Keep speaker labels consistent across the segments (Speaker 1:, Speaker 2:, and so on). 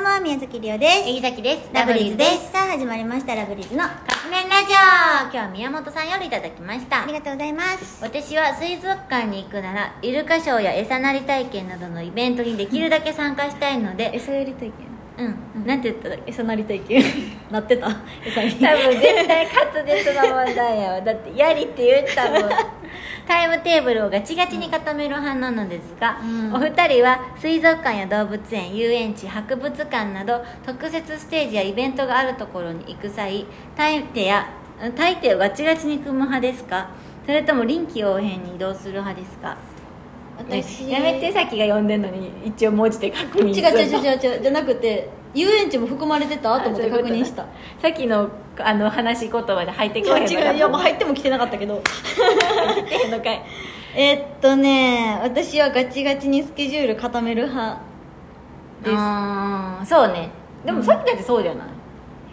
Speaker 1: も宮崎りおです
Speaker 2: えぎざきです
Speaker 1: ラブリーズで
Speaker 2: カ
Speaker 1: すさあ始まりましたラブリーズのあ
Speaker 2: ップ麺ラジオ今日は宮本さんよりいただきました
Speaker 1: りがとうございます
Speaker 2: 私は水族館に行くならイルカショーや餌なり体験などのイベントにできるだけ参加したいので
Speaker 3: 餌やり体験
Speaker 2: うん、なんて言ったら
Speaker 3: 餌なり体 験なってた餌やり
Speaker 2: 多分絶対滑舌の問題 やわだって「やり」って言ったもんタイムテーブルをガチガチに固める派なのですが、
Speaker 3: うん
Speaker 2: お二人は水族館や動物園遊園地博物館など特設ステージやイベントがあるところに行く際大抵やうん大抵をガチガチに組む派ですかそれとも臨機応変に移動する派ですか
Speaker 3: 私
Speaker 2: やめてさっきが呼んでんのに一応文字で確
Speaker 3: 違う
Speaker 2: 認
Speaker 3: 違う
Speaker 2: う
Speaker 3: 違う違うじゃなくて遊園地も含まれてたと思って確認した
Speaker 2: さっきのあの話し言葉で入って
Speaker 3: 違
Speaker 2: こへん
Speaker 3: う違ういやもう入っても来てなかったけど
Speaker 2: ってんのかい
Speaker 3: えっとね私はガチガチにスケジュール固める派です
Speaker 2: あーそうねでもさっきだってそうじゃない、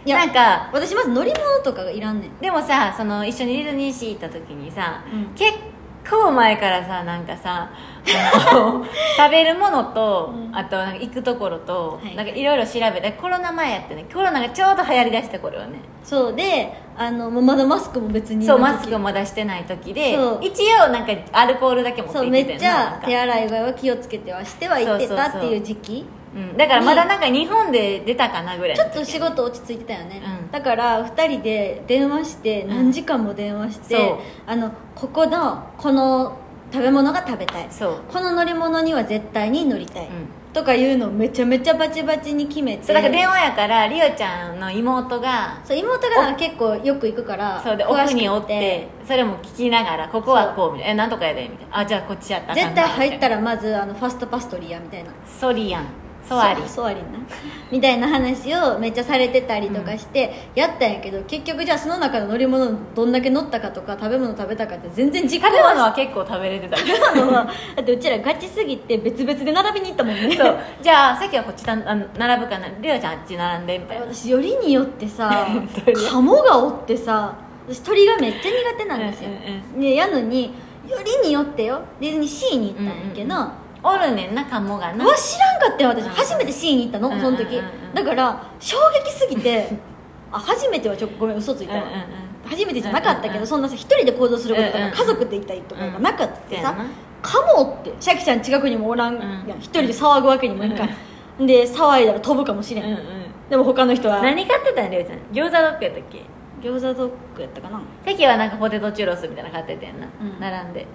Speaker 3: いや
Speaker 2: なんか
Speaker 3: 私まず乗り物とかがいらんねん
Speaker 2: でもさその一緒にディズニーシー行った時にさ、
Speaker 3: うん
Speaker 2: 結構前からさなんか さあの食べるものと、
Speaker 3: うん
Speaker 2: あとなんか行くところと、
Speaker 3: はい
Speaker 2: なんかいろいろ調べてコロナ前やってねコロナがちょうど流行りだした頃よね
Speaker 3: そうであのもうまだマスクも別に
Speaker 2: そうマスク
Speaker 3: も
Speaker 2: も出してない時で
Speaker 3: そう
Speaker 2: 一応なんかアルコールだけ持って
Speaker 3: そう
Speaker 2: 行っ
Speaker 3: め
Speaker 2: てて
Speaker 3: っ
Speaker 2: ん
Speaker 3: ち
Speaker 2: なな
Speaker 3: ゃ
Speaker 2: んか
Speaker 3: 手洗いうがいは気をつけてはしては行ってたっていう時期
Speaker 2: うん、だからまだなんか日本で出たかなぐらい
Speaker 3: ち
Speaker 2: の
Speaker 3: ょっと仕事落ち着いてたよね、
Speaker 2: うん
Speaker 3: だから2人で電話して何時間も電話して、
Speaker 2: そう
Speaker 3: あのここのこの食べ物が食べたい
Speaker 2: そう、
Speaker 3: この乗り物には絶対に乗りたい、
Speaker 2: うん、
Speaker 3: とかいうのをめちゃめちゃバチバチに決めて
Speaker 2: そうだから電話やからリオちゃんの妹が
Speaker 3: そう妹がなんか結構よく行くから
Speaker 2: そうで
Speaker 3: 詳
Speaker 2: 奥
Speaker 3: しく
Speaker 2: におってそれも聞きながらここはこうみたいな「えなんとかやで」みたいな「あじゃあこっちやったらあか
Speaker 3: 絶
Speaker 2: んな
Speaker 3: 対入った
Speaker 2: み
Speaker 3: らまずあのファストパストリーやみたいな
Speaker 2: たいなソリアンソアリ
Speaker 3: そうソアリンなみたいな話をめっちゃされてたりとかしてやったんやけど、結局じゃあその中の乗り物どんだけ乗ったかとか食べ物食べたかって全然時
Speaker 2: 食
Speaker 3: 間
Speaker 2: べ
Speaker 3: は
Speaker 2: 物は結構食べれてたけど
Speaker 3: 食べ物は だってうちらガチすぎて別々で並びに行ったもんね
Speaker 2: そうじゃあさっきはこっちだあの並ぶかなリオちゃんあっち並んでみたいな
Speaker 3: 私よりによって さカモがおってさ私鳥がめっちゃ苦手なんですよ、
Speaker 2: うんうん
Speaker 3: ねやのによりによってよディズニーシーに行ったんやけど、
Speaker 2: うんうんおるねんなカモがな
Speaker 3: うわ知らんかったよ私
Speaker 2: うん
Speaker 3: 初めてシーン行ったの
Speaker 2: うん
Speaker 3: その時
Speaker 2: うんうんうん
Speaker 3: だから衝撃すぎ てあ初めてはちょっとごめん嘘ついたわ
Speaker 2: うんうんうん
Speaker 3: 初めてじゃなかった
Speaker 2: うん
Speaker 3: け
Speaker 2: うんう
Speaker 3: ど
Speaker 2: ん
Speaker 3: そんなさ一人で行動することと
Speaker 2: うんうん
Speaker 3: か
Speaker 2: う
Speaker 3: 家
Speaker 2: ん
Speaker 3: 族で行ったりとかがなかったって
Speaker 2: うんそうや
Speaker 3: さ
Speaker 2: な
Speaker 3: かもってシャキちゃん近くにもおらん
Speaker 2: うん
Speaker 3: やん一人で騒ぐわけにもいかんで騒いだら飛ぶかもしれ
Speaker 2: うんうんん
Speaker 3: でも他の人は
Speaker 2: 何買ってたんリオちゃん餃子ドッグやったっけ
Speaker 3: 餃子ドッグやったかな
Speaker 2: さっきはなんかポテトチュロスみたいなの買ってたやんな、
Speaker 3: うん
Speaker 2: 並んで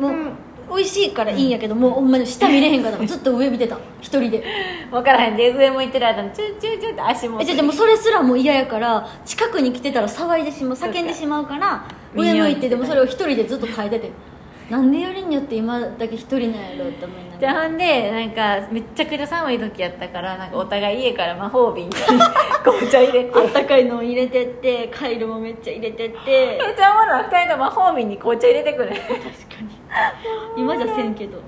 Speaker 3: うんもう美味しいからいいんやけどもうほんまに下見れへんからずっと上見てた一人で
Speaker 2: 分からへんで上向いてる間にチュンチュンチュンって足も
Speaker 3: えじゃあでもそれすらもう嫌やから近くに来てたら騒いでしまう叫んでしまうから
Speaker 2: そうか
Speaker 3: 上向いてでもそれを一人でずっと変えててなんでよりによって今だけ一人なんやろうって思いな
Speaker 2: で
Speaker 3: がら
Speaker 2: ほんでなんかめっちゃくちゃ寒い時やったからなんかお互い家から魔法瓶に 紅茶入れて
Speaker 3: あったかいのを入れてってカイロもめっちゃ入れてって
Speaker 2: めっちゃおもろい2人と魔法瓶に紅茶入れてくれ
Speaker 3: 今じゃせんけど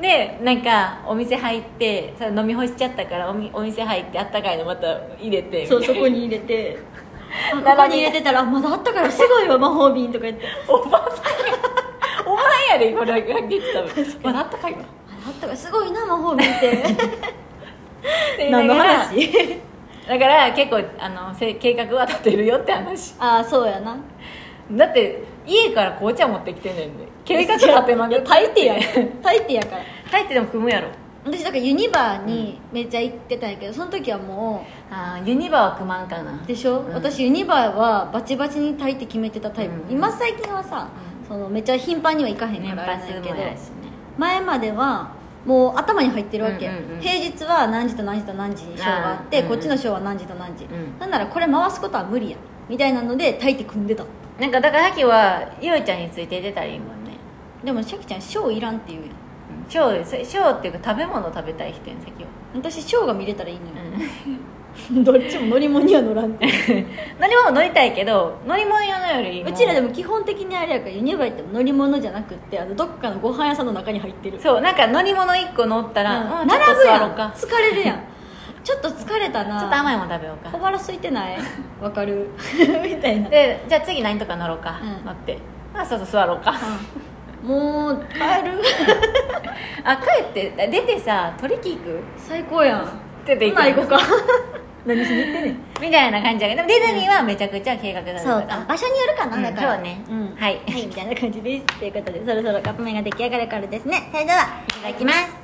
Speaker 2: でなんかお店入ってそれ飲み干しちゃったからおみお店入ってあったかいのまた入れて
Speaker 3: そうそこに入れ てあここに入れてたらまだあったからすごいわ魔法瓶とか言って
Speaker 2: おばさんやお前やでこれだけ言ってたのまだあったかいわ
Speaker 3: ああったからすごいな魔法瓶って
Speaker 2: って言いな
Speaker 3: 何の
Speaker 2: がら
Speaker 3: 話
Speaker 2: だから結構あのせ計画は立てるよって話
Speaker 3: ああそうや な
Speaker 2: だって家から紅茶持ってきてんねんで計画立てま
Speaker 3: い
Speaker 2: くっ
Speaker 3: や
Speaker 2: て
Speaker 3: 大抵や大抵やから
Speaker 2: 帰ってでも組むやろ
Speaker 3: 私だからユニバーにめっちゃ行ってたんやけどその時はも
Speaker 2: あーユニバは組まんかな
Speaker 3: うでしょ、
Speaker 2: うん
Speaker 3: 私ユニバーはバチバチに炊いて決めてたタイプ、
Speaker 2: うん
Speaker 3: 今最近はさ、
Speaker 2: う
Speaker 3: そのめっちゃ頻繁には行かへん
Speaker 2: 年
Speaker 3: から
Speaker 2: パ
Speaker 3: あれ
Speaker 2: ス
Speaker 3: なんや
Speaker 2: も
Speaker 3: けど
Speaker 2: やしね
Speaker 3: 前まではもう頭に入ってるわけ、
Speaker 2: うんうんうん
Speaker 3: 平日は何時と何時と何時にショーがあって
Speaker 2: あーうんうん
Speaker 3: こっちのショーは何時と何時、
Speaker 2: うん
Speaker 3: なんならこれ回すことは無理やみたいなので炊いて組んでた
Speaker 2: なんかだからさっきはゆうちゃんについて出たらいいもんね
Speaker 3: でもシャキちゃんショーいらんって言うやん
Speaker 2: うんショーそショーっていうか食べ物食べたい人やんさっきは
Speaker 3: 私ショーが見れたらいいのよ、
Speaker 2: うん
Speaker 3: どっちも乗り物には乗らんって
Speaker 2: 乗り物乗りたいけど乗り物用のより
Speaker 3: うちらで
Speaker 2: も
Speaker 3: も基本的にあれやからユニバ行っても乗り物じゃなくってあのどっかのご飯屋さんの中に入ってる
Speaker 2: そうなんか乗り物1個乗ったら、
Speaker 3: う
Speaker 2: うん
Speaker 3: 並
Speaker 2: ん、
Speaker 3: ぶやん
Speaker 2: ちょっと座ろうかち
Speaker 3: 疲れるや んちょっと疲れたな
Speaker 2: ょっと甘いもん食べよう
Speaker 3: 小
Speaker 2: か
Speaker 3: 腹空いて ないわかるみたいな、
Speaker 2: でじゃあ次何とか乗ろうか、
Speaker 3: うん
Speaker 2: 乗ってあそうそう座ろうか
Speaker 3: うんもう帰る
Speaker 2: あ帰って出てさ取り木行く
Speaker 3: 最高やん
Speaker 2: 出て
Speaker 3: ほな行こうか
Speaker 2: 何しに行ってねみたいな感じだけどでもディズニーはめちゃくちゃ計画が
Speaker 3: そうか場所によるかな、
Speaker 2: うん
Speaker 3: だから
Speaker 2: そうね
Speaker 3: うん
Speaker 2: はい
Speaker 3: はいみたいな感じですということでそろそろカップ麺が出来上がるからですね
Speaker 1: ねそれではい
Speaker 2: ただきます